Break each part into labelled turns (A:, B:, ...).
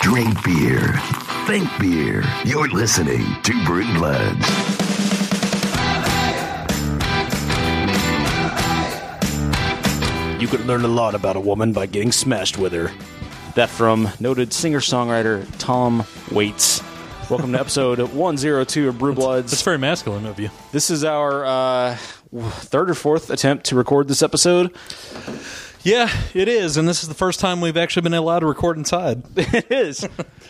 A: Drink beer. Think beer. You're listening to Brew Bloods.
B: You could learn a lot about a woman by getting smashed with her. That from noted singer songwriter Tom Waits. Welcome to episode 102 of Brew Bloods.
C: That's very masculine of you.
B: This is our uh, w- third or fourth attempt to record this episode.
C: Yeah, it is, and this is the first time we've actually been allowed to record inside.
B: It is.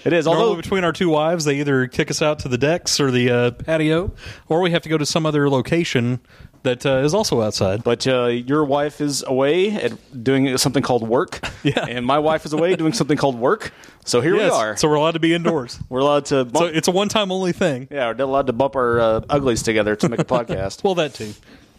B: It is.
C: Normally,
B: Although
C: between our two wives, they either kick us out to the decks or the uh, patio, or we have to go to some other location that uh, is also outside.
B: But uh, your wife is away at doing something called work.
C: Yeah.
B: And my wife is away doing something called work. So here
C: Yes,
B: we are.
C: so we're allowed to be indoors.
B: we're allowed to
C: so
B: bump,
C: it's a one-time only thing.
B: yeah, we're allowed to bump our uh, uglies together to make a podcast.
C: Well, that too.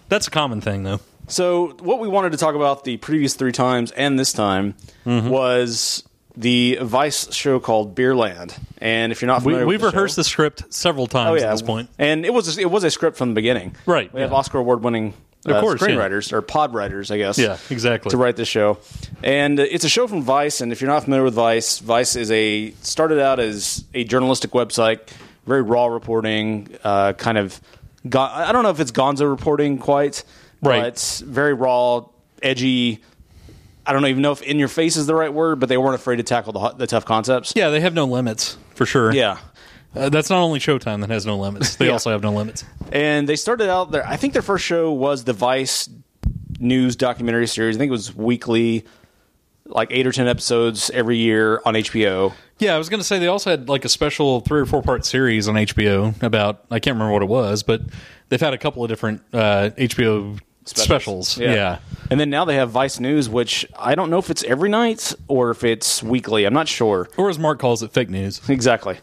C: That's a common thing, though.
B: so what we wanted to talk about the previous three times and this time
C: Mm-hmm.
B: was the Vice show called Beerland. And if you're not
C: We,
B: familiar
C: we've
B: with the
C: rehearsed
B: show,
C: the script several times
B: Oh, yeah.
C: at this point.
B: And it was a, it was a script from the beginning.
C: Right,
B: We have
C: yeah.
B: Oscar award winning uh,
C: course, yeah.
B: screenwriters or pod writers, I guess.
C: Yeah, exactly.
B: To write this show, and uh, it's a show from Vice. And if you're not familiar with Vice, Vice is a started out as a journalistic website, very raw reporting, uh, kind of. Go- I don't know if it's Gonzo reporting quite,
C: Right.
B: but very raw, edgy. I don't even know if "in your face" is the right word, but they weren't afraid to tackle the, hot- the tough concepts.
C: Yeah, they have no limits for sure.
B: yeah.
C: Uh, that's not only Showtime that has no limits. They
B: Yeah.
C: also have no limits.
B: and they started out there. I think their first show was the Vice news documentary series. I think it was weekly, like eight or ten episodes every year on HBO.
C: Yeah, I was going to say they also had like a special three or four part series on HBO about I can't remember what it was, but they've had a couple of different uh, HBO specials. Yeah.
B: and then now they have Vice News, which I don't know if it's every night or if it's weekly. I'm not sure
C: or as Mark calls it, fake news.
B: exactly.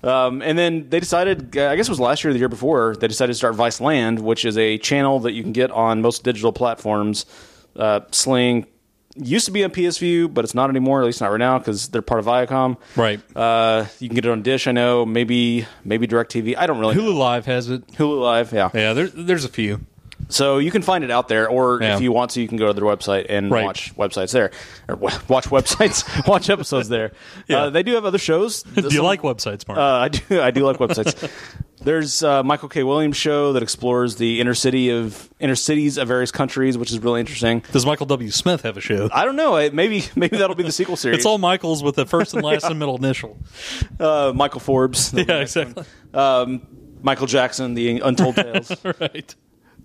B: Um, and then they decided, uh, I guess it was last year or the year before, they decided to start Vice Land, which is a channel that you can get on most digital platforms. Uh, Sling used to be on PSVU, but it's not anymore, at least not right now, because they're part of Viacom.
C: Right.
B: Uh, you can get it on Dish. I know. Maybe maybe Directv. I don't really. know.
C: Hulu Live has it.
B: Hulu Live. Yeah.
C: Yeah, there, there's a few.
B: So you can find it out there, or
C: Yeah.
B: if you want to, you can go to their website and
C: Right.
B: watch websites there, or wa- watch websites, watch episodes there.
C: Yeah.
B: Uh, they do have other shows.
C: Do you like websites, Mark?
B: Uh, I do. I do like websites. There's uh, Michael K. Williams show that explores the inner city of inner cities of various countries, which is really interesting.
C: Does Michael W. Smith have a show?
B: I don't know. I- Maybe maybe that'll be the sequel series.
C: It's all Michaels with the first and last and middle initial.
B: uh, Michael Forbes,
C: Yeah, exactly.
B: um, Michael Jackson, the Untold Tales.
C: right.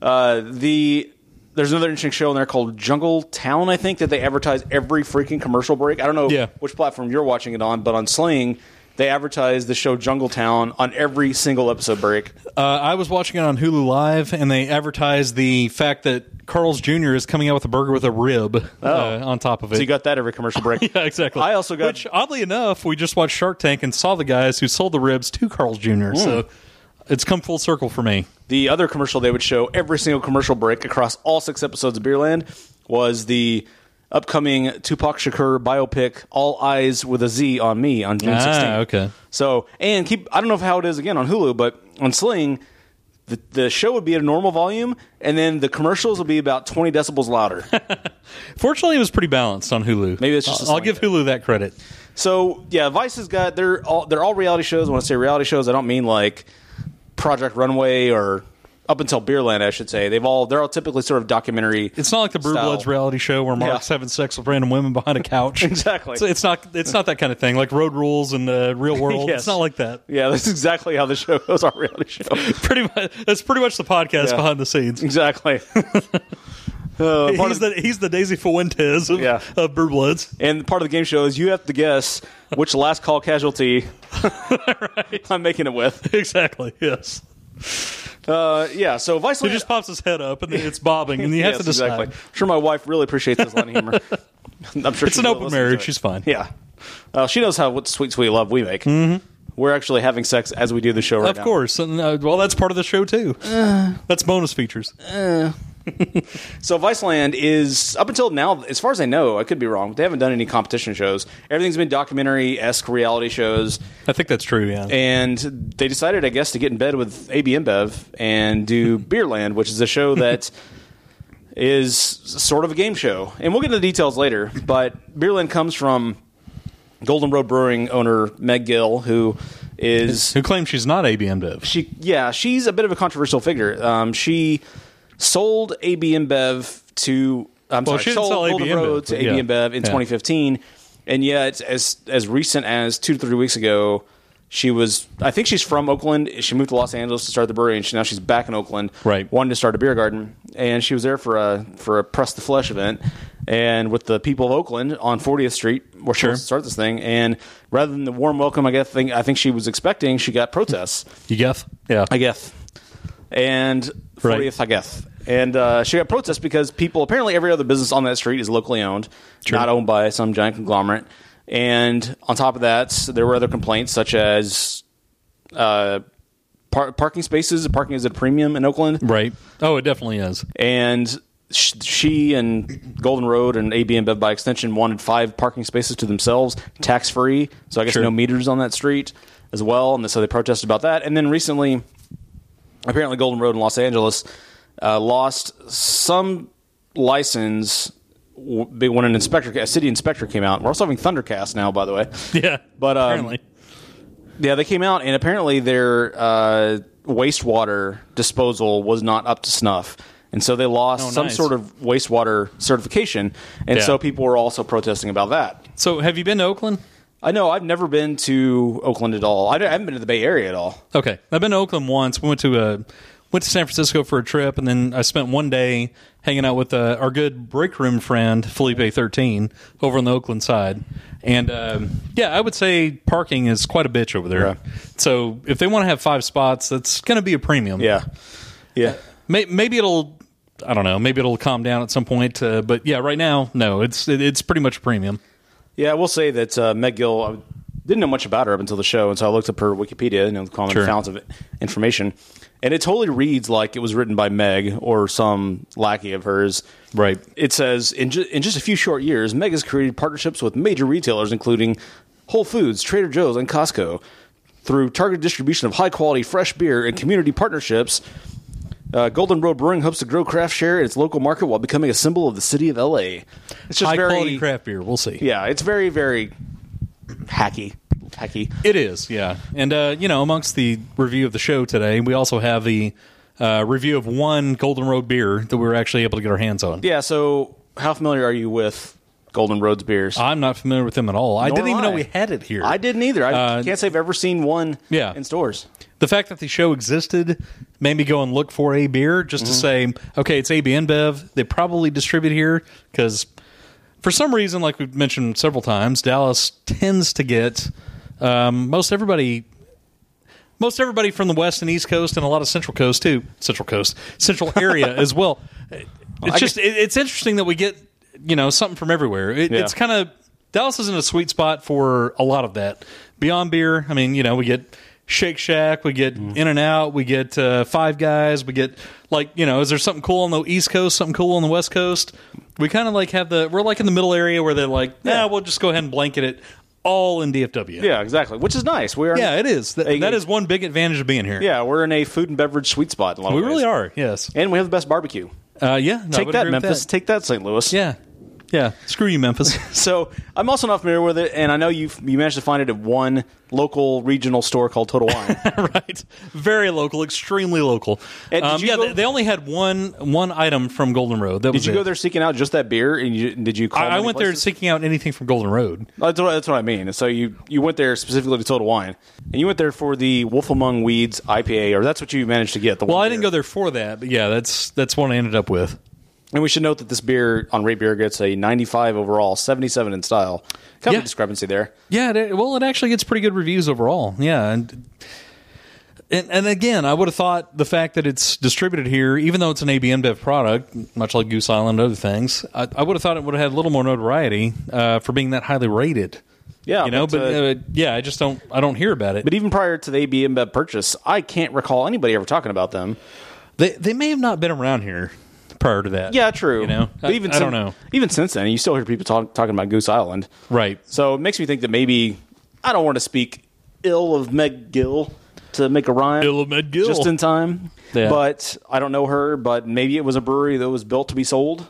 B: Uh, the there's another interesting show in there called Jungle Town, I think, that they advertise every freaking commercial break. I don't know
C: Yeah.
B: which platform you're watching it on, but on Sling, they advertise the show Jungle Town on every single episode break.
C: Uh, I was watching it on Hulu Live, and they advertised the fact that Carl's Jr. is coming out with a burger with a rib uh, on top of it.
B: Oh. So you got that every commercial break.
C: Yeah, exactly.
B: I also got-
C: Which, oddly enough, we just watched Shark Tank and saw the guys who sold the ribs to Carl's Jr.
B: Hmm.
C: So it's come full circle for me.
B: the other commercial they would show every single commercial break across all six episodes of Beerland was the upcoming Tupac Shakur biopic All Eyes with a Z on Me on June 16th.
C: Ah, okay.
B: So, and keep I don't know how it is again on Hulu, but on Sling the, the show would be at a normal volume and then the commercials will be about 20 decibels louder.
C: Fortunately, it was pretty balanced on Hulu.
B: Maybe it's just a
C: I'll, I'll
B: slang
C: give Hulu that credit.
B: So yeah, Vice has got they're all they're all reality shows. When I say reality shows, I don't mean like Project Runway or up until Beerland, I should say. They've all they're all typically sort of documentary.
C: It's not like the Brew
B: style.
C: Bloods reality show where Mark's
B: Yeah.
C: having sex with random women behind a couch.
B: Exactly.
C: So it's not. It's not that kind of thing. Like Road Rules and uh, Real World.
B: Yes.
C: It's not like that.
B: Yeah, that's exactly how the show goes. Our reality show,
C: Pretty much. That's pretty much the podcast
B: Yeah.
C: behind the scenes.
B: exactly. Uh, part
C: He's
B: of-
C: the he's the Daisy Fuentes of,
B: Yeah.
C: of Brew Bloods.
B: and part of the game show is you have to guess which last call casualty I'm making it with.
C: Exactly. Yes.
B: Uh, yeah, so Vice
C: He just pops his head up and then it's bobbing, and you have
B: Yes,
C: to decide.
B: Exactly. I'm sure my wife really appreciates this line of humor. I'm sure
C: It's an open marriage. She's fine.
B: Yeah. Uh, she knows how what sweet, sweet love we make. Mm-hmm. We're actually having sex as we do the show right
C: Of
B: now.
C: course. And, uh, well, that's part of the show too.
B: Uh,
C: that's bonus features.
B: So Viceland is up until now, as far as I know, I could be wrong. But they haven't done any competition shows. Everything's been documentary esque reality shows,
C: I think that's true. Yeah.
B: and they decided, I guess, to get in bed with AB InBev and do Beerland, which is a show that is sort of a game show. And we'll get into the details later. But Beerland comes from Golden Road Brewing owner Meg Gill, who is
C: Who claims she's not ABM Dev?
B: she yeah she's a bit of a controversial figure. Um, she sold AB InBev to I'm
C: Well,
B: sorry,
C: she didn't
B: sold
C: sell AB
B: Golden Road
C: InBev,
B: to
C: but
B: AB
C: yeah.
B: InBev in
C: Yeah.
B: 2015, and yet as as recent as two to three weeks ago. She was, I think she's from Oakland. She moved to Los Angeles to start the brewery, and she, now she's back in Oakland.
C: Right.
B: wanted to start a beer garden, and she was there for a for a press the flesh event, and with the people of Oakland on 40th Street, where she
C: Sure.
B: wants to start this thing. And rather than the warm welcome, I guess thing I think she was expecting, she got protests.
C: You guess? Yeah.
B: I guess. And 40th,
C: Right.
B: I guess. And uh, she got protests because people, apparently every other business on that street is locally owned, not owned by some giant conglomerate. And on top of that, there were other complaints such as uh, par- parking spaces. Parking is at a premium in Oakland
C: right. Oh, it definitely is.
B: and sh- she and Golden Road and AB and Bev by extension wanted five parking spaces to themselves, tax free. So I guess
C: Sure.
B: no meters on that street as well, and so they protested about that. And then recently, apparently Golden Road in Los Angeles uh, lost some license w- when an inspector, a city inspector, came out. We're also having Thundercast now, by the way.
C: Yeah.
B: But, um,
C: apparently.
B: Yeah, they came out, and apparently their uh, wastewater disposal was not up to snuff. And so they lost
C: Oh,
B: some
C: nice.
B: sort of wastewater certification. And
C: Yeah.
B: so people were also protesting about that.
C: So, have you been to Oakland?
B: I know I've never been to Oakland at all. I don't- I haven't been to the Bay Area at all.
C: Okay, I've been to Oakland once. We went to uh went to San Francisco for a trip, and then I spent one day hanging out with uh, our good break room friend Felipe Thirteen over on the Oakland side. And um, yeah, I would say parking is quite a bitch over there.
B: Yeah.
C: So if they want to have five spots, that's going to be a premium.
B: Yeah. Yeah.
C: May- maybe it'll. I don't know. Maybe it'll calm down at some point. Uh, but yeah, right now, no. It's it, it's pretty much a premium.
B: Yeah, I will say that uh, Meg Gill, I didn't know much about her up until the show, and so I looked up her Wikipedia, you know, the common
C: Sure.
B: founts of information, and it totally reads like it was written by Meg or some lackey of hers.
C: Right.
B: It says in, ju- in just a few short years, Meg has created partnerships with major retailers, including Whole Foods, Trader Joe's, and Costco. Through targeted distribution of high quality fresh beer and community partnerships, uh, Golden Road Brewing hopes to grow craft share in its local market while becoming a symbol of the city of LA. It's just
C: High
B: very
C: quality craft beer. We'll see.
B: yeah, it's very, very hacky. Hacky.
C: It is, yeah. And uh, you know, amongst the review of the show today, we also have the uh, review of one Golden Road beer that we were actually able to get our hands on.
B: Yeah, so how familiar are you with Golden Roads beers?
C: I'm not familiar with them at all. I
B: Nor
C: didn't even
B: am
C: know
B: I.
C: we had it here.
B: I didn't either. I
C: Uh,
B: can't say I've ever seen one
C: Yeah.
B: in stores.
C: The fact that the show existed made me go and look for a beer just to say, okay, it's AB InBev. They probably distribute here because for some reason, like we've mentioned several times, Dallas tends to get um, most everybody. Most everybody from the West and East Coast, and a lot of Central Coast too, Central Coast, Central area as well. It's just it, it's interesting that we get you know something from everywhere. It,
B: Yeah.
C: It's kind of Dallas is in a sweet spot for a lot of that. Beyond beer, I mean, you know, we get Shake Shack, we get
B: Mm-hmm.
C: In and Out, we get uh, Five Guys, we get like you know, is there something cool on the East Coast, something cool on the West Coast? We kind of like have the we're like in the middle area where they're like, nah, we'll just go ahead and blanket it all in DFW.
B: Yeah, exactly. Which is nice. We are
C: yeah, it is. Th-
B: Hey,
C: that
B: hey.
C: is one big advantage of being here.
B: Yeah, we're in a food and beverage sweet spot. In a lot
C: we
B: of ways.
C: really are. Yes.
B: and we have the best barbecue.
C: Uh, yeah. no, I
B: Take
C: would
B: that,
C: agree with
B: Memphis. Take that, St. Louis.
C: Yeah. Yeah. Screw you, Memphis.
B: So I'm also not familiar with it, and I know you you managed to find it at one local regional store called Total Wine.
C: right. Very local, extremely local.
B: And did
C: Um,
B: you
C: yeah,
B: go-
C: they, they only had one one item from Golden Road. That
B: did
C: was
B: you
C: it.
B: go there seeking out just that beer? And you, did you? Call
C: I, I
B: many
C: went there
B: places?
C: seeking out anything from Golden Road.
B: That's what, that's what I mean. So you, you went there specifically to Total Wine, and you went there for the Wolf Among Weeds IPA, or that's what you managed to get. The
C: Well, I didn't go there for that, but yeah, that's that's one I ended up with.
B: And we should note that this beer on Rate Beer gets a 95 overall, 77 in style. Kind of
C: Yeah.
B: a discrepancy there.
C: Yeah, it, well, it actually gets pretty good reviews overall. Yeah, and, and and again, I would have thought the fact that it's distributed here, even though it's an ABM Dev product, much like Goose Island and other things, I, I would have thought it would have had a little more notoriety uh, for being that highly rated.
B: Yeah,
C: you know,
B: but,
C: but,
B: uh,
C: uh, yeah, I just don't I don't hear about it.
B: But even prior to the AB InBev purchase, I can't recall anybody ever talking about them.
C: They they may have not been around here prior to that.
B: Yeah, true.
C: You know,
B: But
C: I- I
B: sin-
C: don't know.
B: Even since then, you still hear people talk, talking about Goose Island.
C: Right.
B: So it makes me think that maybe I don't want to speak ill of Meg Gill to make a rhyme.
C: Ill of Meg Gill.
B: Just in time.
C: Yeah.
B: But I don't know her, but maybe it was a brewery that was built to be sold.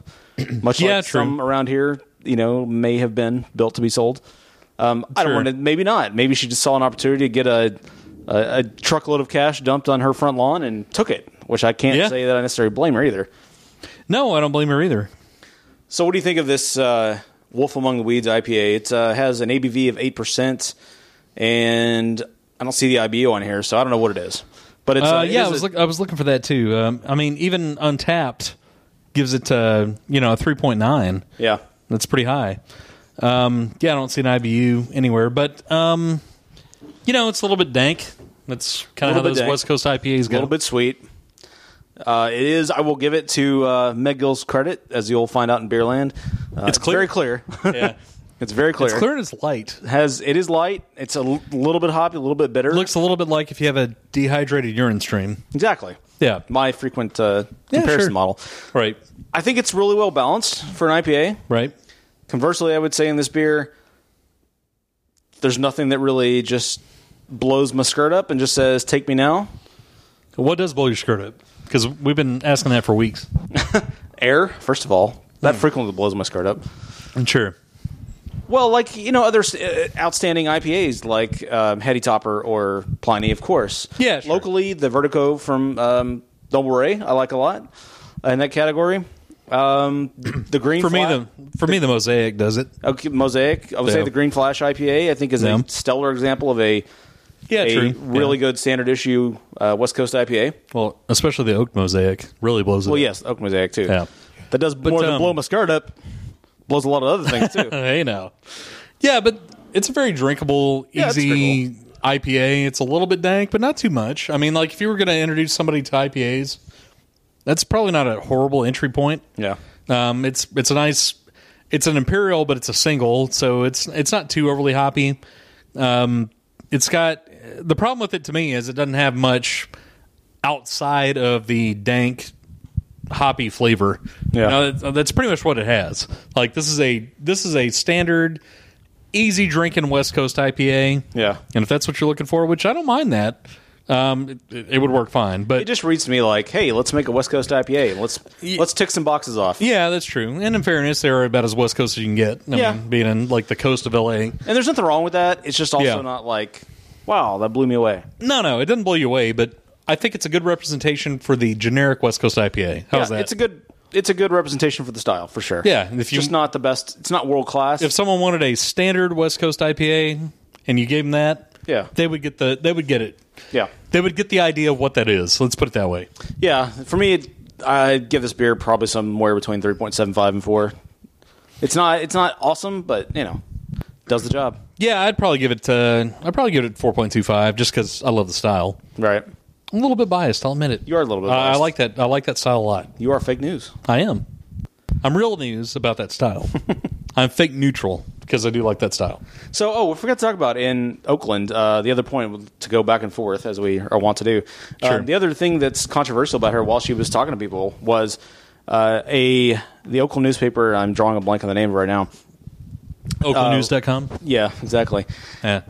B: Much
C: Yeah,
B: like
C: true.
B: some around here, you know, may have been built to be sold. Um, I don't
C: Sure.
B: want to. Maybe not. Maybe she just saw an opportunity to get a, a a truckload of cash dumped on her front lawn and took it, which I can't
C: Yeah.
B: say that I necessarily blame her either.
C: No, I don't blame her either.
B: So, what do you think of this uh, Wolf Among the Weeds IPA? It uh, has an ABV of eight percent, and I don't see the IBU on here, so I don't know what it is. But it's
C: Uh,
B: uh, it
C: yeah,
B: is
C: I was
B: a-
C: look, I was looking for that too. Um, I mean, even Untapped gives it uh, you know a three point nine.
B: yeah.
C: That's pretty high. Um, yeah, I don't see an IBU anywhere, but um, you know it's a little bit dank. That's kind
B: Little
C: of how
B: bit
C: those
B: dank.
C: West Coast IPAs
B: a
C: go.
B: little bit sweet. Uh, it is. I will give it to uh, Meg Gill's credit, as you'll find out in Beerland. Uh,
C: It's clear.
B: very clear.
C: Yeah.
B: it's very clear.
C: It's clear and it's light.
B: Has it is light. It's a l- little bit hoppy, a little bit bitter.
C: Looks a little bit like if you have a dehydrated urine stream.
B: exactly.
C: Yeah.
B: My frequent uh,
C: Yeah,
B: comparison
C: sure.
B: model.
C: Right.
B: I think it's really well balanced for an IPA.
C: Right.
B: Conversely, I would say in this beer, there's nothing that really just blows my skirt up and just says "Take me now."
C: What does blow your skirt up? Because we've been asking that for weeks.
B: Air, first of all,
C: Hmm.
B: that frequently blows my skirt up.
C: I'm sure.
B: Well, like you know, other uh, outstanding IPAs like um, Hetty Topper or Pliny, of course.
C: Yeah, sure.
B: Locally, the Vertigo from um, Double Ray, I like a lot in that category. Um, the Green
C: For me,
B: Fla-
C: the for me the mosaic does it.
B: okay, Mosaic, I would say
C: Yeah.
B: the Green Flash IPA, I think, is
C: Yeah.
B: a stellar example of a
C: Yeah,
B: a really good standard issue uh, West Coast IPA.
C: Well, especially the oak mosaic really blows it.
B: Well,
C: up.
B: yes, Oak Mosaic too.
C: Yeah.
B: That does more than
C: um,
B: blow my skirt up. Blows a lot of other things too.
C: Hey now. Yeah, but it's a very drinkable,
B: Yeah, it's
C: easy IPA. It's a little bit dank, but not too much. I mean, like if you were going to introduce somebody to IPAs, that's probably not a horrible entry point.
B: yeah.
C: Um, it's it's a nice, it's an imperial, but it's a single, so it's it's not too overly hoppy. Um, it's got the problem with it to me is it doesn't have much outside of the dank hoppy flavor.
B: Yeah.
C: You know, that's, that's pretty much what it has. Like this is a this is a standard easy drinking West Coast IPA.
B: Yeah.
C: And if that's what you're looking for, which I don't mind that, um, it, it would work fine. But
B: It just reads to me like, hey, let's make a West Coast IPA. Let's let's tick some boxes off.
C: Yeah, that's true. And in fairness, they're about as west coast as you can get. I
B: Yeah.
C: mean, being in like the coast of LA.
B: And there's nothing wrong with that. It's just also
C: Yeah.
B: not like, wow, that blew me away.
C: No, no, it doesn't blow you away, but I think it's a good representation for the generic West Coast IPA. How's
B: Yeah,
C: that?
B: It's a good it's a good representation for the style for sure.
C: Yeah, and if
B: It's
C: you-
B: just not the best. It's not world class.
C: if someone wanted a standard West Coast IPA and you gave them that,
B: Yeah.
C: they would get the they would get it.
B: yeah,
C: They would get the idea of what that is. Let's put it that way.
B: yeah. For me, it, I'd give this beer probably somewhere between three point seven five and four. It's not it's not awesome, but you know, does the job
C: Yeah, I'd probably give it. Uh, I'd probably give it four point two five just because I love the style.
B: right.
C: I'm a little bit biased. I'll admit it.
B: You are a little bit
C: Uh, I
B: biased.
C: like that. I like that style a lot.
B: You are fake news.
C: I am. I'm real news about that style. I'm fake neutral because I do like that style.
B: So, oh, we forgot to talk about in Oakland. Uh, the other point to go back and forth as we are want to do. Uh,
C: Sure.
B: the other thing that's controversial about her while she was talking to people was uh, a the Oakland newspaper. I'm drawing a blank on the name right now.
C: Oaklandnews.com.
B: Yeah, exactly.
C: yeah.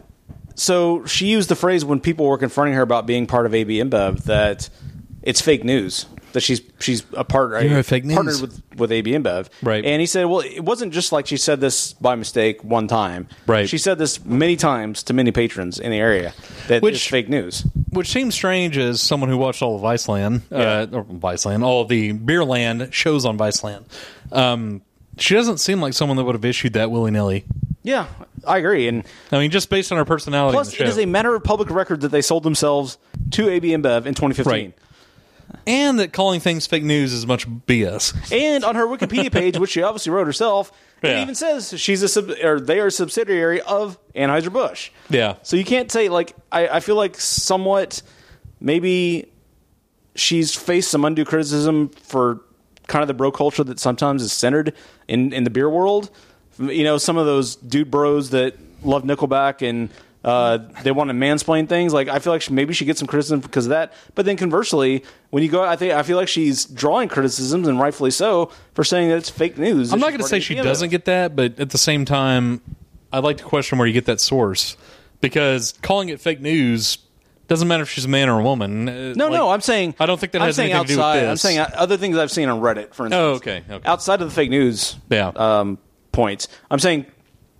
B: So she used the phrase when people were confronting her about being part of AB InBev that it's fake news that she's she's a part
C: You're a fake news.
B: partnered with with AB InBev.
C: Right.
B: And he said, well, it wasn't just like she said this by mistake one time.
C: Right.
B: She said this many times to many patrons in the area that
C: Which-
B: it's fake news.
C: Which seems strange as someone who watched all of Viceland, uh, or Viceland, all of the Beerland shows on Viceland. Um, she doesn't seem like someone that would have issued that willy nilly.
B: Yeah, I agree. And
C: I mean, just based on her personality.
B: plus,
C: in the
B: it is
C: show.
B: a matter of public record that they sold themselves to AB InBev in 2015.
C: Right. and that calling things fake news is much BS.
B: And on her Wikipedia page, which she obviously wrote herself, it
C: Yeah.
B: even says she's a sub, or they are a subsidiary of Anheuser Busch.
C: Yeah.
B: So you can't say like I, I feel like somewhat maybe she's faced some undue criticism for kind of the bro culture that sometimes is centered in in the beer world. You know, some of those dude bros that love Nickelback and uh, they want to mansplain things. Like I feel like she, maybe she gets some criticism because of that. But then conversely, when you go, I think I feel like she's drawing criticisms and rightfully so for saying that it's fake news.
C: I'm not going to say she doesn't get that, but at the same time, I'd like to question where you get that source because calling it fake news doesn't matter if she's a man or a woman. Uh,
B: No, no, I'm saying
C: I don't think that
B: I'm
C: has
B: saying
C: anything to do with
B: outside,
C: this.
B: I'm saying uh, other things I've seen on Reddit, for instance.
C: Oh, okay, okay.
B: uh, Outside of the fake news
C: Yeah.
B: um, points, I'm saying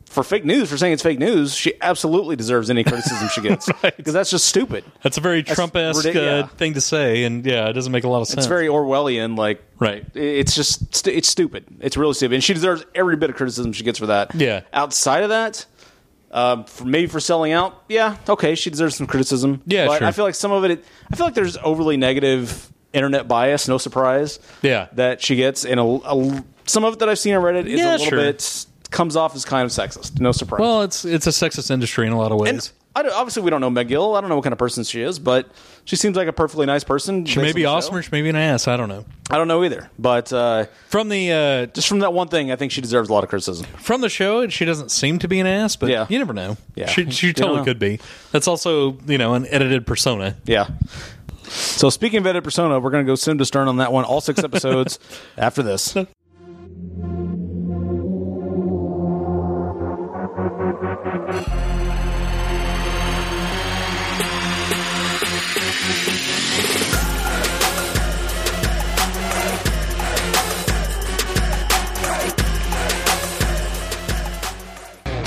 B: for fake news for saying it's fake news, she absolutely deserves any criticism she gets because that's just stupid.
C: That's a very Trump esque
B: ridic- yeah.
C: uh, thing to say, and yeah, it doesn't make a lot of sense.
B: It's very Orwellian, like
C: Right.
B: i- It's just st- it's stupid. It's really stupid, and she deserves every bit of criticism she gets for that.
C: Yeah.
B: Outside of that, um, for maybe for selling out, yeah, okay, she deserves some criticism.
C: Yeah,
B: but
C: sure.
B: I feel like some of it, I feel like there's overly negative internet bias. No surprise.
C: Yeah.
B: that she gets, and a, a- some of it that I've seen on Reddit is a
C: Yeah,
B: little
C: sure.
B: bit comes off as kind of sexist. No surprise.
C: well, it's it's a sexist industry in a lot of
B: And
C: ways.
B: I don't- obviously, we don't know Meg Gill. I don't know what kind of person she is, but she seems like a perfectly nice person.
C: she may be awesome or she may be an ass. I don't know.
B: I don't know either. But uh,
C: From the uh,
B: just from that one thing, I think she deserves a lot of criticism.
C: from the show, she doesn't seem to be an ass, but
B: Yeah.
C: you never know.
B: Yeah.
C: She, she
B: You don't
C: totally
B: know.
C: could be. That's also you know an edited persona.
B: Yeah. So speaking of Edit Persona, we're going to go sim to stern on that one. All six episodes after this.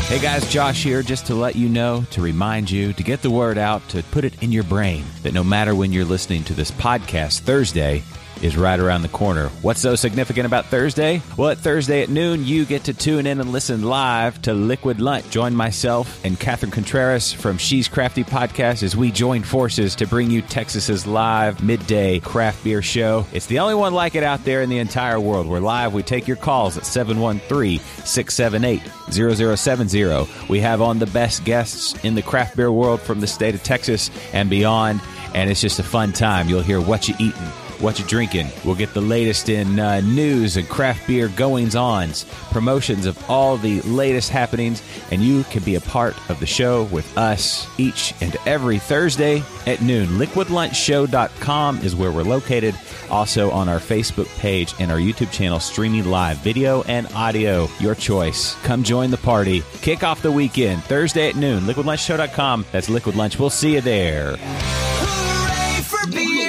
D: Hey guys, Josh here, just to let you know, to remind you, to get the word out, to put it in your brain that no matter when you're listening to this podcast, Thursday is right around the corner. What's so significant about Thursday? Well, at Thursday at noon, you get to tune in and listen live to Liquid Lunch. Join myself and Catherine Contreras from She's Crafty Podcast as we join forces to bring you Texas's live midday craft beer show. It's the only one like it out there in the entire world. We're live. We take your calls at 713-678-0070. We have on the best guests in the craft beer world from the state of Texas and beyond, and it's just a fun time. You'll hear what you eating, what you drinking. We'll get the latest in uh, news and craft beer goings ons, promotions of all the latest happenings, and you can be a part of the show with us each and every Thursday at noon. LiquidLunchShow.com is where we're located. Also on our Facebook page and our YouTube channel, streaming live video and audio, your choice. Come join the party. Kick off the weekend Thursday at noon. LiquidLunchShow.com. That's Liquid Lunch. We'll see you there.
E: Hooray for beer!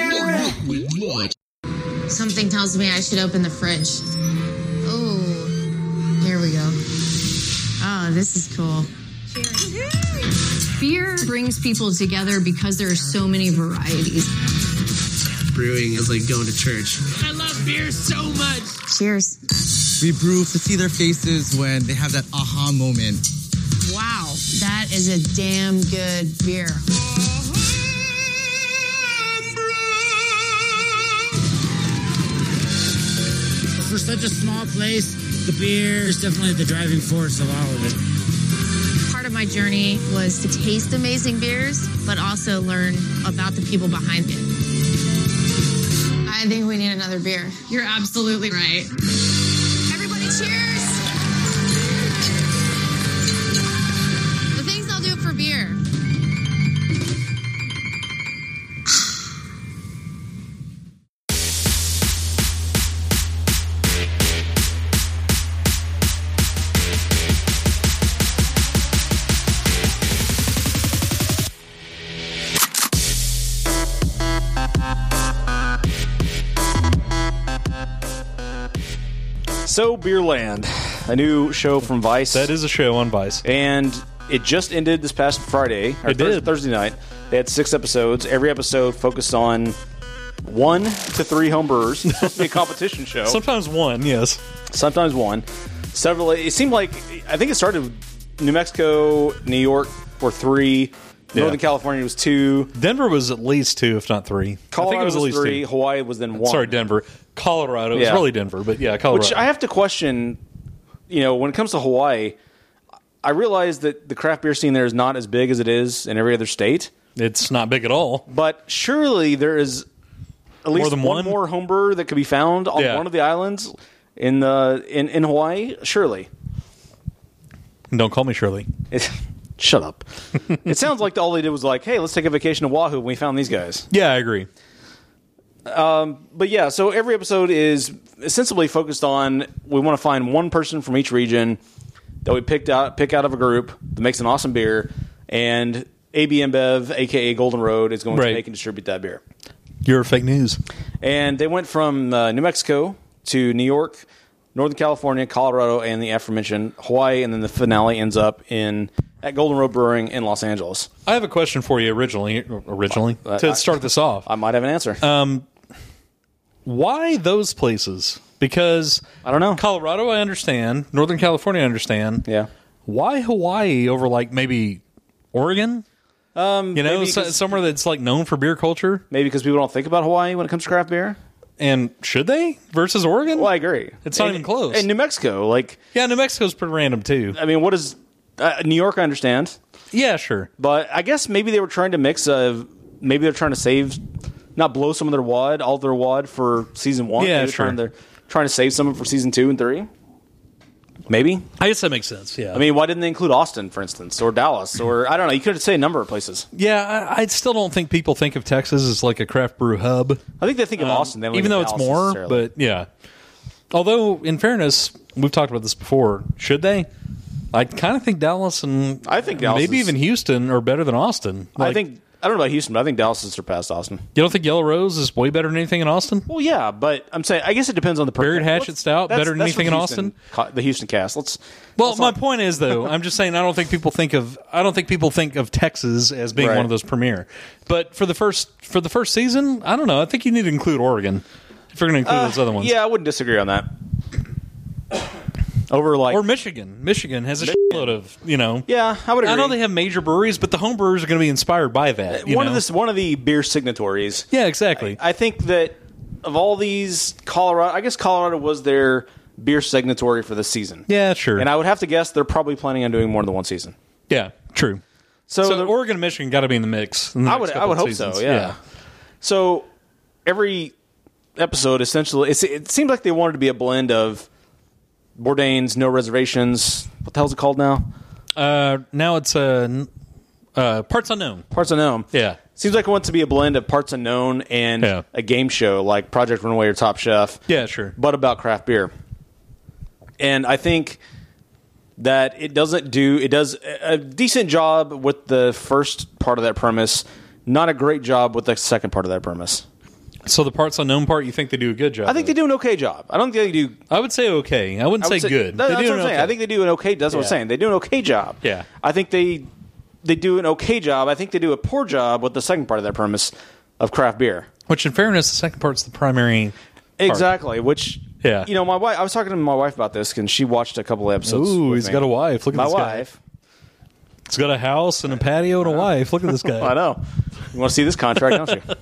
F: Something tells me I should open the fridge. Oh, here we go. Oh, this is cool. Beer brings people together because there are so many varieties.
G: brewing is like going to church.
H: I love beer so much.
F: Cheers.
I: We brew to see their faces when they have that aha moment.
F: Wow, that is a damn good beer.
H: For such a small place, the beer is definitely the driving force of all of it.
F: Part of my journey was to taste amazing beers, but also learn about the people behind it. I think we need another beer. You're absolutely right. Everybody, cheers! The things I'll do for beer.
B: So Beerland, a new show from Vice.
C: That is a show on Vice.
B: and it just ended this past Friday. Or
C: It
B: Thurs-
C: did.
B: Thursday night. They had six episodes. Every episode focused on one to three homebrewers. It's supposed to be a competition show.
C: Sometimes one, yes.
B: sometimes one. Several. It seemed like I think it started with New Mexico, New York were three.
C: Yeah.
B: Northern California was two.
C: Denver was at least two, if not three.
B: Colorado
C: I think it was,
B: was,
C: at least
B: three.
C: two.
B: Hawaii was then one.
C: Sorry, Oh, Denver. Colorado. It was
B: Yeah.
C: really Denver, but yeah, Colorado.
B: Which I have to question. You know, when it comes to Hawaii, I realize that the craft beer scene there is not as big as it is in every other state.
C: it's not big at all.
B: But surely there is at least
C: than
B: one,
C: one?
B: more home brewer that could be found on
C: Yeah.
B: one of the islands in the in, in Hawaii. Surely.
C: Don't call me Shirley.
B: It, shut up. it sounds like all they did was like, hey, let's take a vacation to Oahu, and we found these guys.
C: Yeah, I agree.
B: But yeah, so every episode is essentially focused on we want to find one person from each region that we picked out pick out of a group that makes an awesome beer, and ABM Bev, aka Golden Road, is going
C: Right.
B: to make and distribute that beer.
C: You're fake news.
B: And they went from uh, New Mexico to New York, Northern California, Colorado, and the aforementioned Hawaii, and then the finale ends up in at Golden Road Brewing in Los Angeles.
C: I have a question for you originally, originally to start this off.
B: Uh, I might have an answer.
C: Why those places? Because
B: I don't know.
C: Colorado, I understand. Northern California, I understand.
B: yeah,
C: Why Hawaii over like maybe Oregon? Um, you know,
B: maybe
C: so,
B: 'cause-
C: somewhere that's like known for beer culture,
B: maybe because people don't think about Hawaii when it comes to craft beer.
C: and should they versus Oregon?
B: Well, I agree.
C: It's not
B: And-
C: even close.
B: And New Mexico, like
C: yeah, New Mexico's pretty random too.
B: I mean, what is uh, New York? I understand,
C: Yeah, sure.
B: but I guess maybe they were trying to mix a. Maybe they're trying to save, not blow some of their wad, all their wad for season one.
C: Yeah,
B: Maybe they're
C: sure.
B: Trying, they're trying to save some for season two and three. Maybe.
C: I guess that makes sense. Yeah,
B: I mean, why didn't they include Austin, for instance, or Dallas, or I don't know? You could say a number of places.
C: yeah, I, I still don't think people think of Texas as like a craft brew hub. Um,
B: I think they think of Austin, they don't
C: even
B: think of
C: though it's
B: Dallas
C: more,
B: necessarily.
C: but yeah. Although, in fairness, we've talked about this before. Should they? I kind of think Dallas and
B: I think Dallas
C: maybe
B: is-
C: even Houston are better than Austin.
B: I
C: Like,
B: think I don't know about Houston, but I think Dallas has surpassed Austin.
C: you don't think Yellow Rose is way better than anything in Austin.
B: Well, yeah, but I'm saying I guess it depends on the per-
C: Buried Hatchet
B: Let's-
C: Stout, better than anything
B: from
C: in
B: Houston,
C: Austin?
B: ca- The Houston cast. Let's
C: Well,
B: let's
C: my
B: not-
C: point is though, I'm just saying I don't think people think of I don't think people think of Texas as being
B: Right.
C: one of those premier. But for the first for the first season, I don't know. I think you need to include Oregon if you're going to include those other ones.
B: Uh, Yeah, I wouldn't disagree on that. Over like
C: Or Michigan. Michigan has a shitload of you know.
B: yeah, I would agree.
C: I know they have major breweries, but the home brewers are going to be inspired by that. you
B: one
C: know?
B: of this one of the beer signatories.
C: yeah, exactly.
B: I think that of all these Colorado, I guess Colorado was their beer signatory for this season.
C: yeah, sure.
B: and I would have to guess they're probably planning on doing more than one season.
C: yeah, true.
B: So,
C: So
B: the-
C: Oregon and Michigan got to be in the mix. in the
B: I
C: next
B: would I
C: couple
B: would
C: of
B: hope
C: seasons.
B: so. Yeah. So every episode essentially it's, it seemed like they wanted to be a blend of Bourdain's No Reservations. What the hell's it called now?
C: Uh, now it's uh, uh, parts unknown.
B: Parts Unknown.
C: Yeah.
B: Seems like it wants to be a blend of Parts Unknown and
C: Yeah.
B: a game show like Project Runway or Top Chef.
C: Yeah, sure.
B: But about craft beer. And I think that it doesn't do it does a- a decent job with the first part of that premise, not a great job with the second part of that premise.
C: So the parts unknown part, you think they do a good job?
B: I think
C: of
B: they do an okay job. I don't think they do.
C: I would say okay. I wouldn't
B: I would
C: say, good.
B: that-
C: They
B: that's
C: do
B: what I'm
C: an
B: saying.
C: okay.
B: I think they do an okay. That's what
C: Yeah.
B: I'm saying. They do an okay job.
C: Yeah.
B: I think they they do an okay job. I think they do a poor job with the second part of that premise of craft beer.
C: Which, in fairness, the second part's the primary.
B: Exactly. Which
C: Yeah.
B: you know, my wife. I was talking to my wife about this because she watched a couple of episodes.
C: Ooh,
B: with
C: he's
B: me.
C: got a wife. Look at
B: My
C: this guy.
B: wife.
C: It's got a house and a patio and a wife. Look at this guy.
B: I know. You want to see this contract, don't you?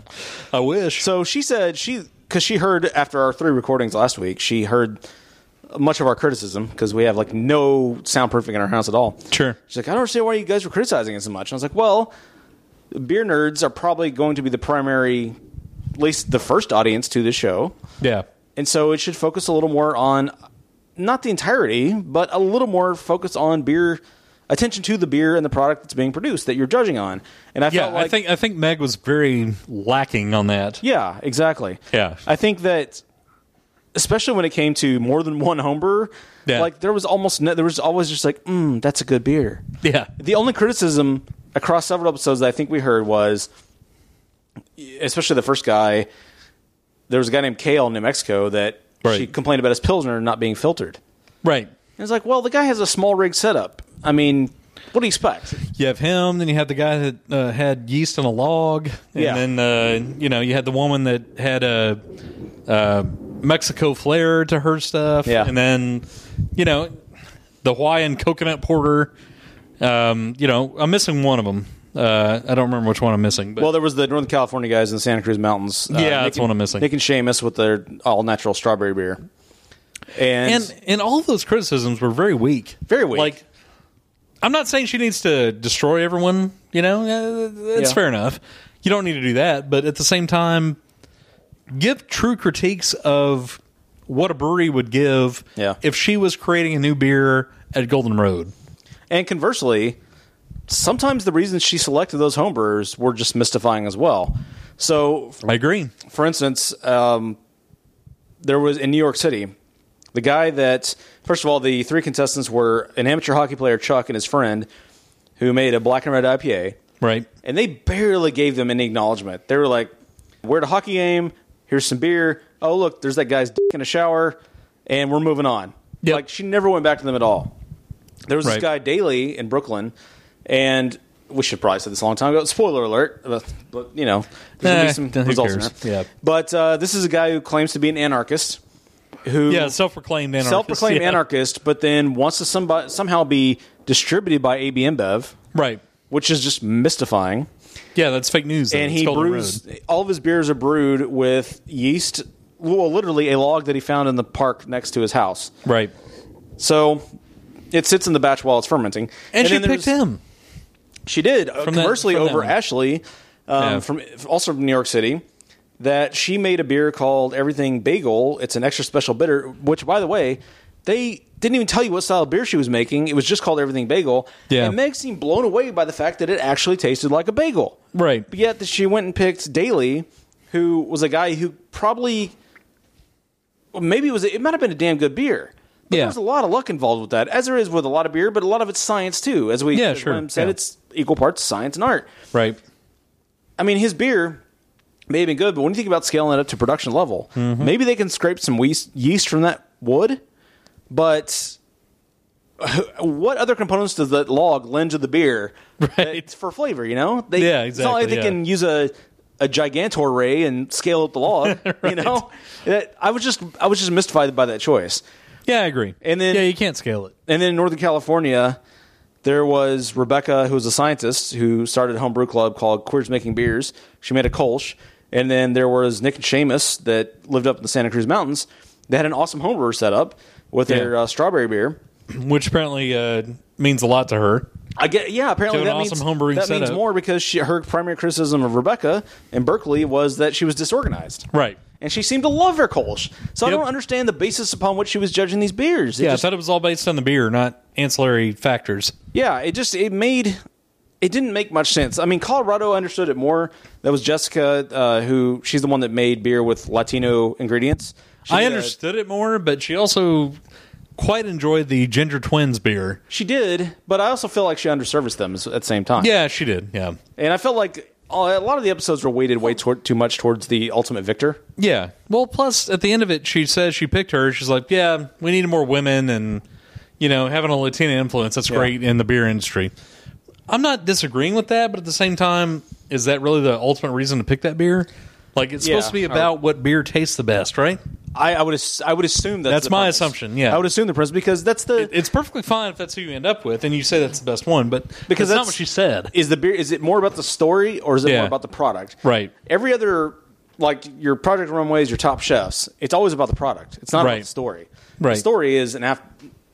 C: I wish.
B: So she said she because she heard after our three recordings last week, she heard much of our criticism because we have like no soundproofing in our house at all.
C: Sure.
B: She's like, I don't understand why you guys were criticizing it so much. And I was like, well, beer nerds are probably going to be the primary, at least the first audience to this show,
C: yeah.
B: and so it should focus a little more on not the entirety, but a little more focus on beer. Attention to the beer and the product that's being produced that you're judging on, and I
C: Yeah,
B: felt like
C: I think I think Meg was very lacking on that.
B: yeah, exactly.
C: Yeah.
B: I think that especially when it came to more than one homebrewer,
C: Yeah.
B: like there was almost no, there was always just like, mm, that's a good beer.
C: Yeah.
B: The only criticism across several episodes that I think we heard was, especially the first guy, there was a guy named Kale in New Mexico that she
C: Right.
B: complained about his pilsner not being filtered.
C: Right.
B: And it's like, well, the guy has a small rig setup. I mean, what do you expect?
C: You have him, then you have the guy that uh, had yeast in a log, and
B: Yeah.
C: then uh, you know you had the woman that had a, uh Mexico flair to her stuff,
B: Yeah.
C: and then you know the Hawaiian coconut porter. Um, you know, I'm missing one of them. Uh, I don't remember which one I'm missing, but
B: Well, there was the Northern California guys in the Santa Cruz Mountains.
C: Yeah, that's
B: and-
C: what I'm missing.
B: Nick and Seamus with their all natural strawberry beer. And,
C: and and all those criticisms were very weak.
B: Very weak.
C: Like I'm not saying she needs to destroy everyone, you know, uh, it's
B: Yeah.
C: fair enough. You don't need to do that, but at the same time give true critiques of what a brewery would give
B: Yeah.
C: if she was creating a new beer at Golden Road.
B: and conversely, sometimes the reasons she selected those homebrewers were just mystifying as well. So,
C: I agree.
B: for instance, um, there was in New York City, the guy that, first of all, the three contestants were an amateur hockey player, Chuck, and his friend, who made a black and red IPA.
C: Right.
B: and they barely gave them any acknowledgement. They were like, "We're at a hockey game. Here's some beer. Oh, look, there's that guy's dick in a shower. and we're moving on.
C: Yep.
B: Like she never went back to them at all. There was this
C: Right.
B: guy Daly in Brooklyn, and we should probably say this a long time ago. Spoiler alert, but, but, you know,
C: Eh,
B: there's gonna be
C: who
B: some results in
C: cares?
B: there.
C: Yeah.
B: But uh, this is a guy who claims to be an anarchist, who
C: Yeah, self-proclaimed anarchist.
B: self-proclaimed
C: Yeah.
B: anarchist, but then wants to somebody, somehow be distributed by AB InBev,
C: Right.
B: which is just mystifying.
C: Yeah, that's fake news. though.
B: and
C: It's
B: he
C: called the
B: brews
C: road.
B: all of his beers are brewed with yeast, well, literally a log that he found in the park next to his house.
C: Right.
B: So it sits in the batch while it's fermenting.
C: And, she
B: then
C: picked
B: there's-
C: him.
B: She did. uh,
C: From that-
B: conversely,
C: from that
B: over
C: one.
B: Ashley, um,
C: Yeah.
B: from also from New York City, that she made a beer called Everything Bagel. It's an extra special bitter, which, by the way, they didn't even tell you what style of beer she was making. It was just called Everything Bagel.
C: Yeah.
B: And Meg seemed blown away by the fact that it actually tasted like a bagel.
C: Right.
B: But yet that she went and picked Daly, who was a guy who probably, well, maybe it was it might have been a damn good beer. But
C: Yeah.
B: There was a lot of luck involved with that, as there is with a lot of beer, but a lot of it's science too. As we
C: Yeah,
B: as
C: sure,
B: William said,
C: yeah.
B: it's equal parts science and art.
C: Right.
B: I mean, his beer may have been good, but when you think about scaling it up to production level,
C: Mm-hmm.
B: maybe they can scrape some yeast, yeast from that wood. But what other components does that log lend to the beer?
C: Right.
B: It's for flavor, you know. They,
C: Yeah,
B: It's not like they
C: exactly, yeah.
B: can use a a gigantor ray and scale up the log. You know, That- I was just I was just mystified by that choice.
C: Yeah, I agree.
B: And then-
C: yeah, you can't scale it.
B: And then in Northern California, there was Rebecca, who was a scientist who started a homebrew club called Queers Making Beers. She made a Kolsch. And then there was Nick and Seamus that lived up in the Santa Cruz Mountains. They had an awesome homebrew set up with their
C: Yeah.
B: uh, strawberry beer.
C: Which apparently uh, means a lot to her.
B: I get yeah. Apparently,
C: Doing
B: that
C: an awesome
B: means
C: homebrewing
B: that means
C: setup.
B: more because she, her primary criticism of Rebecca in Berkeley was that she was disorganized,
C: Right.
B: And she seemed to love her Kolsch. So I
C: Yep.
B: don't understand the basis upon which she was judging these beers. It
C: Yeah,
B: just-
C: I thought it was all based on the beer, not ancillary factors.
B: Yeah, it just it made it didn't make much sense. I mean, Colorado understood it more. That was Jessica, uh, who she's the one that made beer with Latino ingredients. She
C: I
B: did a-
C: understood it more, but she also quite enjoyed the Ginger Twins beer.
B: she did, but I also feel like she underserviced them as- at the same time.
C: Yeah, she did. Yeah.
B: and I felt like a lot of the episodes were weighted way toward, too much towards the ultimate victor.
C: Yeah. Well, plus at the end of it, she says she picked her. She's like, yeah, we need more women and, you know, having a Latina influence, that's great in the beer industry. I'm not disagreeing with that, but at the same time, is that really the ultimate reason to pick that beer? Like, it's
B: Yeah.
C: supposed to be about what beer tastes the best, right?
B: I, I would ass- I would assume that's,
C: That's
B: the
C: my
B: premise.
C: assumption, yeah.
B: I would assume the premise because that's the
C: It's perfectly fine if that's who you end up with and you say that's the best one, but
B: because
C: because that's not
B: that's-
C: what she said.
B: Is the beer? Is it more about the story or is it
C: Yeah.
B: more about the product?
C: Right.
B: Every other like your Project Runways, your top chefs, it's always about the product. It's not about
C: Right.
B: the story.
C: Right.
B: The story is an af-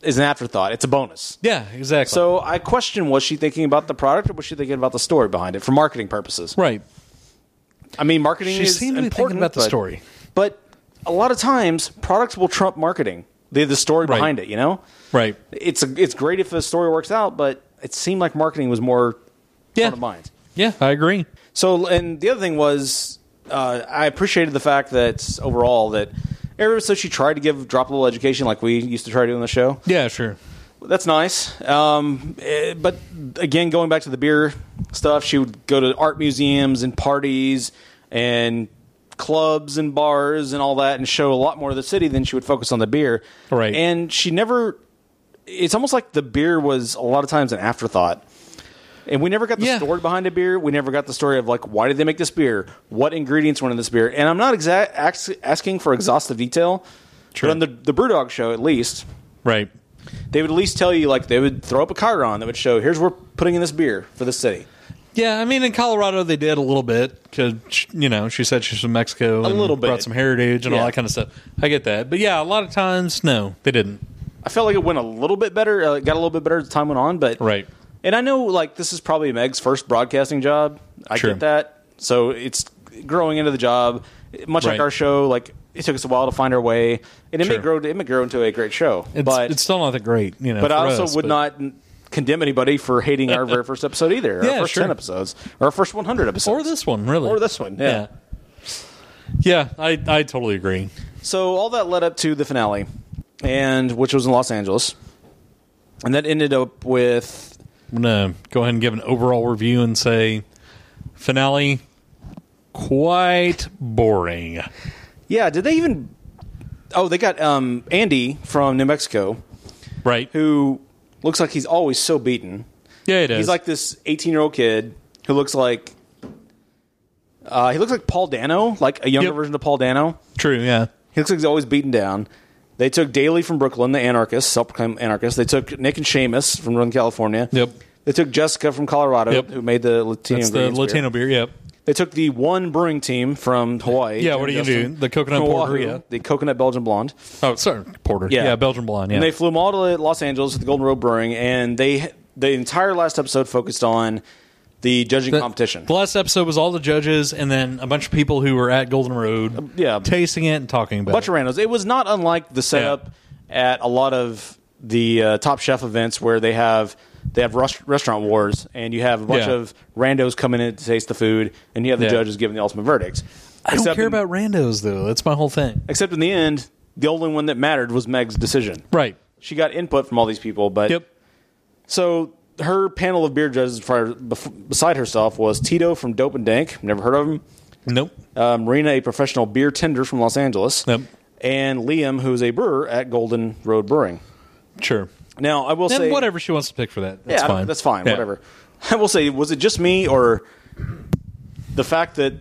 B: is an afterthought. It's a bonus.
C: Yeah, exactly.
B: So I question: Was she thinking about the product, or was she thinking about the story behind it for marketing purposes?
C: right.
B: I mean, marketing
C: She
B: is
C: seemed to be
B: important
C: thinking about the
B: but-
C: story.
B: but a lot of times products will trump marketing. The the story
C: Right.
B: behind it, you know.
C: Right.
B: It's a, it's great if the story works out, but it seemed like marketing was more
C: Yeah.
B: front of mind.
C: Yeah, I agree.
B: So, and the other thing was, uh, I appreciated the fact that overall that every episode she tried to give drop a little education, like we used to try to do on the show.
C: Yeah, sure.
B: That's nice. Um, eh, but again, going back to the beer stuff, she would go to art museums and parties and clubs and bars and all that, and show a lot more of the city than she would focus on the beer.
C: Right.
B: And she never. It's almost like the beer was a lot of times an afterthought. And we never got the
C: Yeah.
B: story behind a beer. We never got the story of like why did they make this beer? What ingredients went in this beer? And I'm not exact ax- asking for exhaustive detail,
C: Sure.
B: but on the the BrewDog show at least,
C: Right.
B: they would at least tell you like they would throw up a Chiron that would show here's what we're putting in this beer for the city.
C: Yeah, I mean, in Colorado they did a little bit because you know she said she's from Mexico, a
B: little bit.
C: brought some heritage and all
B: Yeah.
C: that kind of stuff. I get that, but yeah, a lot of times no, they didn't.
B: I felt like it went a little bit better. Uh, it got a little bit better as time went on, but
C: Right.
B: And I know like this is probably Meg's first broadcasting job. I
C: Sure.
B: get that. So it's growing into the job, much like
C: Right.
B: our show. Like it took us a while to find our way, and it may
C: Sure.
B: grow. It may grow into a great show,
C: It's,
B: but
C: it's still not that great, you know.
B: but I
C: for
B: also
C: us,
B: would
C: but-
B: not n- condemn anybody for hating our very first episode either. or
C: Yeah,
B: our first
C: sure.
B: ten episodes, or our first one hundred episodes,
C: or this one really,
B: or this one. yeah.
C: yeah. I I totally agree.
B: So all that led up to the finale, and which was in Los Angeles, and that ended up with
C: I'm gonna go ahead and give an overall review and say finale quite boring.
B: yeah. Did they even oh, they got um, Andy from New Mexico,
C: right?
B: who looks like he's always so beaten.
C: yeah, it is.
B: He's like this 18 year old kid who looks like uh, he looks like Paul Dano, like a younger
C: Yep.
B: version of Paul Dano.
C: true. Yeah,
B: He looks like he's always beaten down. They took Daly from Brooklyn, the anarchist, self-proclaimed anarchist. They took Nick and Seamus from Northern California.
C: Yep.
B: They took Jessica from Colorado,
C: Yep.
B: who made the Latino.
C: that's the
B: ingredients beer.
C: Latino beer. Yep.
B: They took the one brewing team from Hawaii.
C: Yeah, what are
B: Jim
C: you
B: Justin,
C: doing? The coconut
B: from
C: porter,
B: Oahu,
C: yeah.
B: the coconut Belgian blonde.
C: Oh, sorry, porter.
B: Yeah.
C: Yeah, Belgian blonde. Yeah,
B: And they flew them all to Los Angeles at the Golden Road Brewing, and they the entire last episode focused on the judging
C: The-
B: competition.
C: The last episode was all the judges and then a bunch of people who were at Golden Road,
B: Um, yeah.
C: tasting it and talking about
B: bunch
C: it.
B: of randos. It was not unlike the setup at a lot of the uh, Top Chef events where they have they have rest- restaurant wars, and you have a bunch
C: Yeah.
B: of randos coming in to taste the food, and you have the
C: Yeah.
B: judges giving the ultimate verdicts.
C: I don't
B: Except
C: care
B: in-
C: about randos though. That's my whole thing.
B: Except in the end, the only one that mattered was Meg's decision.
C: Right.
B: She got input from all these people, but
C: Yep.
B: so her panel of beer judges prior, bef- beside herself was Tito from Dope and Dank. Never heard of him.
C: Nope.
B: Uh, Marina, a professional beer tender from Los Angeles,
C: Yep.
B: and Liam, who's a brewer at Golden Road Brewing.
C: Sure.
B: Now, I will
C: And
B: say
C: whatever she wants to pick for that.
B: Yeah,
C: That's
B: I don't-
C: fine.
B: That's fine.
C: Yeah.
B: Whatever. I will say, was it just me or the fact that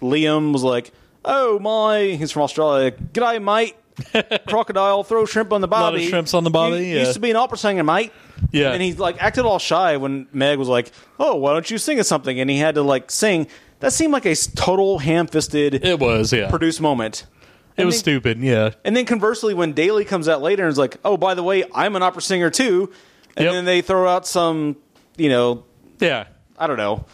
B: Liam was like, "Oh my, he's from Australia. G'day, mate. Crocodile, throw shrimp on the
C: Lot
B: bobby.
C: of shrimps on the bobby,
B: You-
C: yeah.
B: Used to be an opera singer, mate.
C: Yeah.
B: And he like acted all shy when Meg was like, "Oh, why don't you sing us something?" And he had to like sing. That seemed like a s- total ham-fisted
C: It was, yeah.
B: produce moment.
C: it was
B: then-
C: stupid, yeah.
B: And then conversely, when Daly comes out later and is like, "Oh, by the way, I'm an opera singer too," and
C: Yep.
B: then they throw out some, you know,
C: Yeah.
B: I don't know,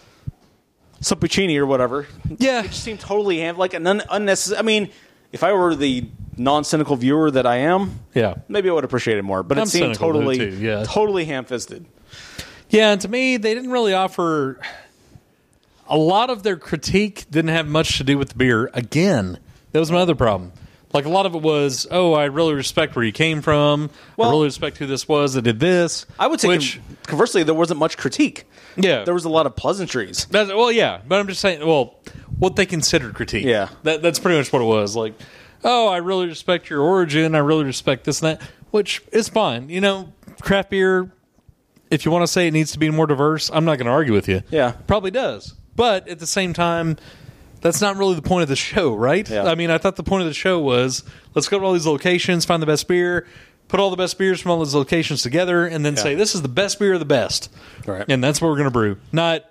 B: some Puccini or whatever.
C: Yeah.
B: It just seemed totally ham- like an un- unnecessary. I mean, if I were the non-cynical viewer that I am,
C: Yeah.
B: maybe I would appreciate it more. But it
C: I'm
B: seemed
C: cynical, though,
B: totally,
C: too, yeah.
B: totally ham-fisted.
C: Yeah, and to me, they didn't really offer a lot of their critique didn't have much to do with the beer. Again, that was my other problem. Like a lot of it was, oh, I really respect where you came from.
B: Well-
C: I really respect who this was that did this.
B: I would say,
C: which,
B: con- conversely, there wasn't much critique.
C: yeah,
B: There was a lot of pleasantries.
C: That's, well, yeah, but I'm just saying. Well, what they considered critique.
B: Yeah.
C: that, that's pretty much what it was. Like, oh, I really respect your origin. I really respect this and that, which is fine. You know, craft beer. If you want to say it needs to be more diverse, I'm not going to argue with you.
B: Yeah.
C: probably does. But at the same time, that's not really the point of the show, right?
B: Yeah.
C: I mean, I thought the point of the show was let's go to all these locations, find the best beer, put all the best beers from all these locations together, and then say this is the best beer of the best.
B: Right.
C: And that's what we're going to brew. Not,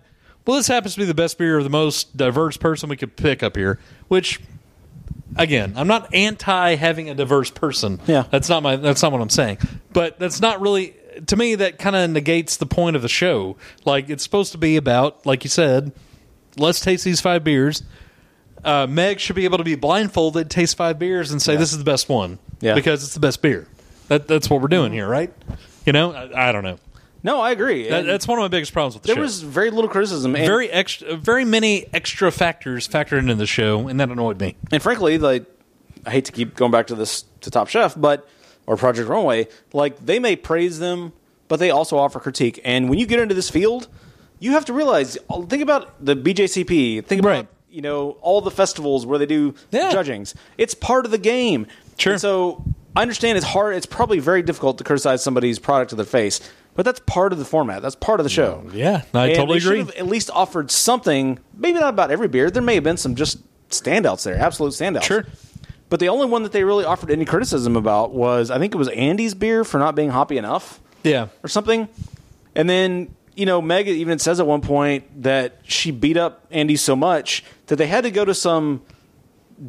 C: well, this happens to be the best beer of the most diverse person we could pick up here, which. Again, I'm not anti having a diverse person.
B: Yeah.
C: that's not my. That's not what I'm saying. But that's not really to me. That kind of negates the point of the show. Like it's supposed to be about, like you said, let's taste these five beers. Uh, Meg should be able to be blindfolded, taste five beers, and say this is the best one.
B: Yeah.
C: because it's the best beer. That, that's what we're doing here, right? You know, I, I don't know.
B: No, I agree.
C: That,
B: And
C: that's one of my biggest problems with the
B: there
C: show.
B: was very little criticism. And
C: very extra, very many extra factors factored into the show, and that annoyed me.
B: and frankly, like I hate to keep going back to this to Top Chef, but or Project Runway, like they may praise them, but they also offer critique. And when you get into this field, you have to realize. uh, Think about the BJCP. Think about
C: Right.
B: you know all the festivals where they do
C: Yeah.
B: judgings. It's part of the game.
C: Sure.
B: And so I understand it's hard. It's probably very difficult to criticize somebody's product to their face, but that's part of the format. That's part of the show.
C: Mm, Yeah, I
B: And
C: totally
B: they should
C: agree.
B: have at least offered something. Maybe not about every beer. There may have been some just standouts there, absolute standouts.
C: Sure.
B: But the only one that they really offered any criticism about was I think it was Andy's beer for not being hoppy enough
C: Yeah,
B: or something. And then you know Meg even says at one point that she beat up Andy so much that they had to go to some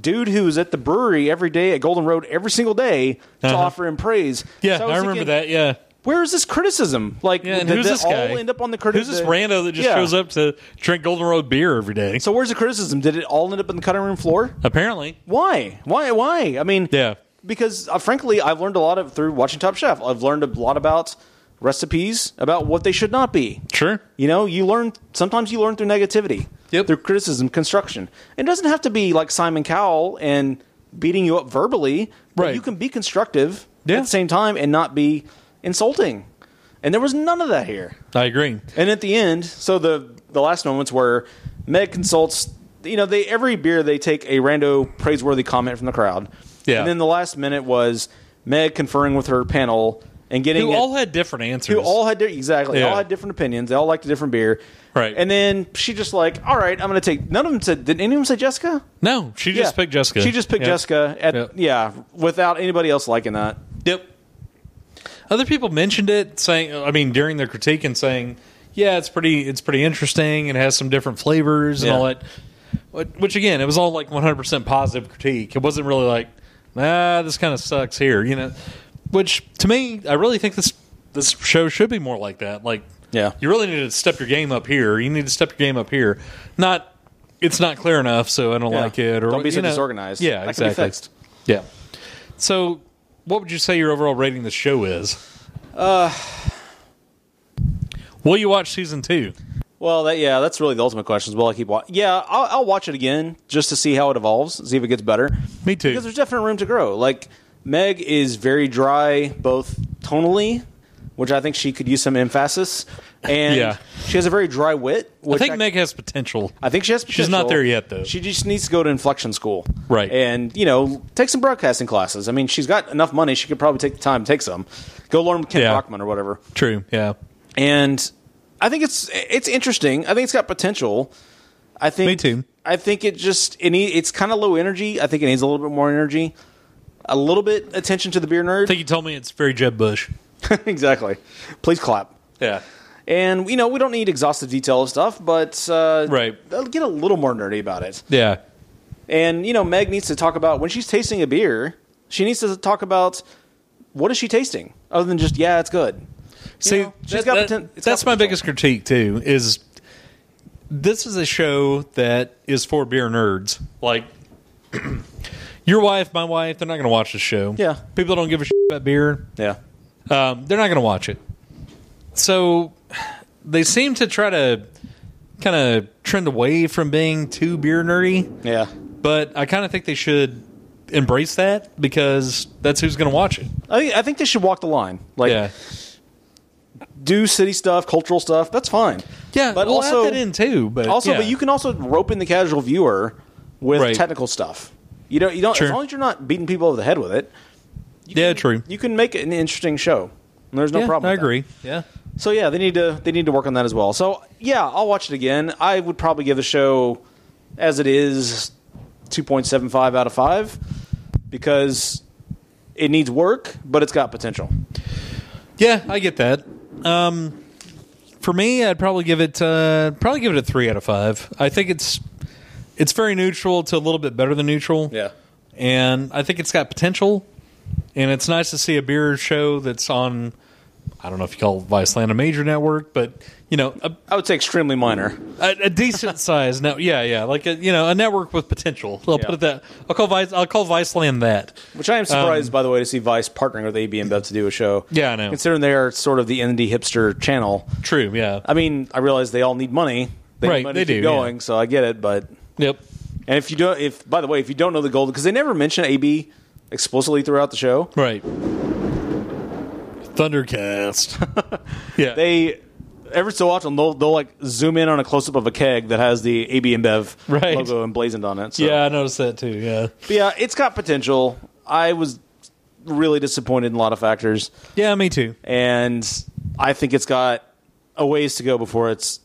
B: dude who was at the brewery every day at Golden Road every single day to
C: Uh-huh.
B: offer him praise.
C: yeah,
B: So
C: I,
B: was
C: remember
B: thinking,
C: that. Yeah,
B: Where is this criticism? Like,
C: yeah. And
B: did
C: who's
B: that
C: this
B: all
C: guy?
B: end up on the
C: Who's
B: criticism?
C: this rando that just shows up to drink Golden Road beer every day?
B: So where's the criticism? Did it all end up in the cutting room floor?
C: apparently,
B: Why? Why? Why? I mean,
C: Yeah.
B: Because uh, frankly, I've learned a lot of through watching Top Chef. I've learned a lot about recipes, about what they should not be.
C: sure.
B: You know, you learn sometimes you learn through negativity,
C: Yep.
B: through criticism, construction. It doesn't have to be like Simon Cowell and beating you up verbally. but
C: Right.
B: You can be constructive
C: Yeah.
B: at the same time and not be insulting. And there was none of that here.
C: I agree.
B: And at the end, so the the last moments where Meg consults. You know, they every beer they take a rando praiseworthy comment from the crowd.
C: Yeah.
B: And then the last minute was Meg conferring with her panel and getting
C: who
B: it-
C: all had different answers.
B: who all had di- exactly they
C: Yeah.
B: all had different opinions. They all liked a different beer.
C: Right.
B: And then she just like, all right, I'm going to take. None of them said. Did any of them say Jessica?
C: no, she just picked Jessica.
B: She just picked
C: Yeah.
B: Jessica. At
C: Yeah.
B: yeah, without anybody else liking that.
C: Yep. Other people mentioned it, saying, I mean, during their critique and saying, yeah, it's pretty, it's pretty interesting. It has some different flavors and
B: Yeah.
C: all that. But- Which again, it was all like 100% positive critique. It wasn't really like, nah, this kind of sucks here, you know. Which to me, I really think this this show should be more like that. Like,
B: Yeah.
C: you really need to step your game up here. You need to step your game up here. Not, it's not clear enough, so I don't
B: Yeah.
C: like it. Or
B: Don't be
C: you
B: so
C: know.
B: disorganized.
C: Yeah,
B: That can be
C: exactly.
B: fixed.
C: Yeah. So, what would you say your overall rating of the show is? Uh, will you watch season two?
B: Well, that yeah, that's really the ultimate question. Is will I keep watching? Yeah, I'll, I'll watch it again just to see how it evolves, see if it gets better.
C: Me too.
B: Because there's definite room to grow. Like Meg is very dry, both tonally, which I think she could use some emphasis, and
C: Yeah.
B: she has a very dry wit. Which
C: I think Meg has potential.
B: I think she has.
C: She's not
B: potential.
C: there yet, though.
B: She just needs to go to inflection school,
C: Right.
B: And you know, take some broadcasting classes. I mean, she's got enough money; she could probably take the time to take some. Go learn Ken
C: Yeah.
B: Brockman or whatever
C: True. Yeah.
B: and I think it's it's interesting. I think it's got potential. I think
C: Me too.
B: I think it just it need, it's kind of low energy. I think it needs a little bit more energy, a little bit attention to the beer nerd.
C: I think you told me it's very Jeb Bush.
B: exactly. Please clap.
C: Yeah.
B: And you know we don't need exhaustive detail of stuff, but uh,
C: Right.
B: get a little more nerdy about it.
C: Yeah.
B: And you know Meg needs to talk about when she's tasting a beer, she needs to talk about what is she tasting other than just yeah it's good.
C: See,
B: know, she's
C: that-
B: got
C: that-
B: poten- it's got
C: that's my
B: potential.
C: biggest critique too. Is this is a show that is for beer nerds. Like your wife, my wife, they're not going to watch this show.
B: Yeah.
C: people don't give a shit about beer.
B: Yeah.
C: Um, they're not going to watch it. So they seem to try to kind of trend away from being too beer nerdy,
B: Yeah.
C: but I kind of think they should embrace that because that's who's going to watch it.
B: I think I think they should walk the line. Like
C: yeah.
B: do city stuff, cultural stuff. That's fine.
C: Yeah,
B: but
C: we'll
B: also
C: add that in too. But
B: also,
C: yeah.
B: but you can also rope in the casual viewer with
C: Right.
B: technical stuff. You don't you don't
C: Sure.
B: as long as you're not beating people over the head with it,
C: yeah, true.
B: you can make it an interesting show. And there's no
C: Yeah,
B: problem.
C: I
B: with that.
C: agree. Yeah,
B: So yeah, they need to they need to work on that as well. So yeah, I'll watch it again. I would probably give the show as it is 2.75 out of 5 because it needs work, but it's got potential.
C: yeah, I get that. Um, for me, I'd probably give it uh, probably give it a three out of five. I think it's it's very neutral to a little bit better than neutral. and I think it's got potential. And it's nice to see a beer show that's on. I don't know if you call Viceland a major network, but you know a,
B: I would say extremely minor.
C: a, a decent size. No, yeah, yeah, like a, you know a network with potential. I'll
B: Yeah.
C: put it that. I'll call Vice. I'll call Viceland that.
B: Which I am surprised, by the way, to see Vice partnering with AB InBev to do a show.
C: Um, Yeah, I know.
B: Considering they are sort of the indie hipster channel.
C: True. Yeah.
B: I mean, I realize they all need money. They
C: Right,
B: need money
C: they
B: to keep
C: do,
B: going,
C: yeah.
B: so I get it. But
C: yep.
B: and if you don't, if by the way, if you don't know the gold, because they never mention AB explicitly throughout the show,
C: Right. Thundercast. yeah.
B: they every so often they'll they'll like zoom in on a close up of a keg that has the AB InBev
C: Right.
B: logo emblazoned on it. So.
C: yeah, I noticed that too. Yeah.
B: but yeah, it's got potential. I was really disappointed in a lot of factors.
C: Yeah, me too.
B: and I think it's got a ways to go before it's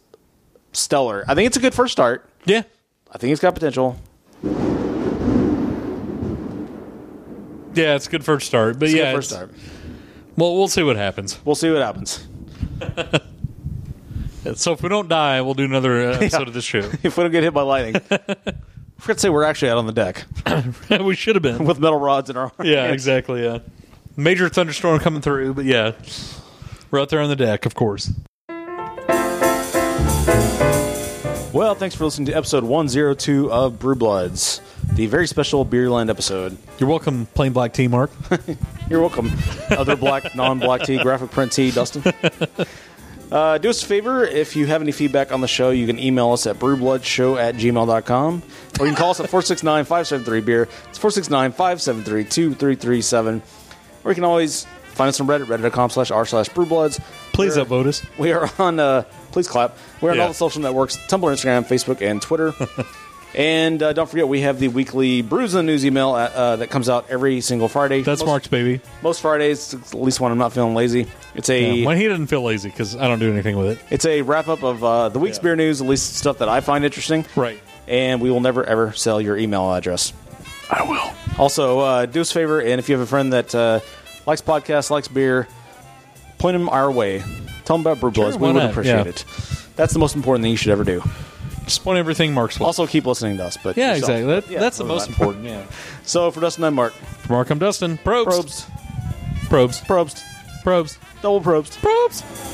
B: stellar. I think it's a good first start.
C: Yeah.
B: I think it's got potential.
C: Yeah, it's a good first start. But
B: It's a
C: yeah,
B: good first
C: it's-
B: start.
C: Well, we'll see what happens.
B: We'll see what happens.
C: So if we don't die, we'll do another uh, episode of this show.
B: If we don't get hit by lightning, forgot to say we're actually out on the deck
C: we should have been.
B: with metal rods in our arms.
C: Yeah, exactly. Yeah, major thunderstorm coming through, but yeah, we're out there on the deck, of course.
B: Well, thanks for listening to episode 102 of Brew Bloods, the very special Beerland episode.
C: You're welcome, plain black tea, Mark.
B: You're welcome. Other black, non-black tea, graphic print tea, Dustin. Uh, do us a favor. If you have any feedback on the show, you can email us at brewbloodshow at gmail.com. Or you can call us at 469-573-BEER. It's 469-573-2337. Or you can always find us on Reddit, reddit.com slash r slash brewbloods.
C: Please
B: We're-
C: upvote us.
B: we are on, uh, please clap. We're on
C: Yeah.
B: all the social networks Tumblr, Instagram, Facebook, and Twitter. And uh, don't forget, we have the weekly Brews and News email uh, uh, that comes out every single Friday.
C: That's
B: most,
C: Mark's baby.
B: Most Fridays, at least when I'm not feeling lazy. It's a
C: Yeah, When he doesn't feel lazy because I don't do anything with it.
B: it's a wrap up of uh, the week's
C: Yeah.
B: beer news, at least stuff that I find interesting.
C: Right.
B: And we will never ever sell your email address.
C: I will.
B: Also, uh, do us a favor, and if you have a friend that uh, likes podcasts, likes beer, point them our way. Tell them about Brew Bloods.
C: why
B: we would
C: not?
B: appreciate
C: Yeah.
B: it. That's the most important thing you should ever do.
C: Just point everything Mark's way.
B: Also, keep listening to us. But
C: yeah,
B: yourself.
C: exactly. That,
B: Yeah,
C: that's the
B: we're
C: most
B: not-
C: important. Yeah.
B: So for Dustin and Mark,
C: For Mark, I'm Dustin. Probes.
B: probes,
C: Probes.
B: probes,
C: Probes.
B: double probes.
C: Probes.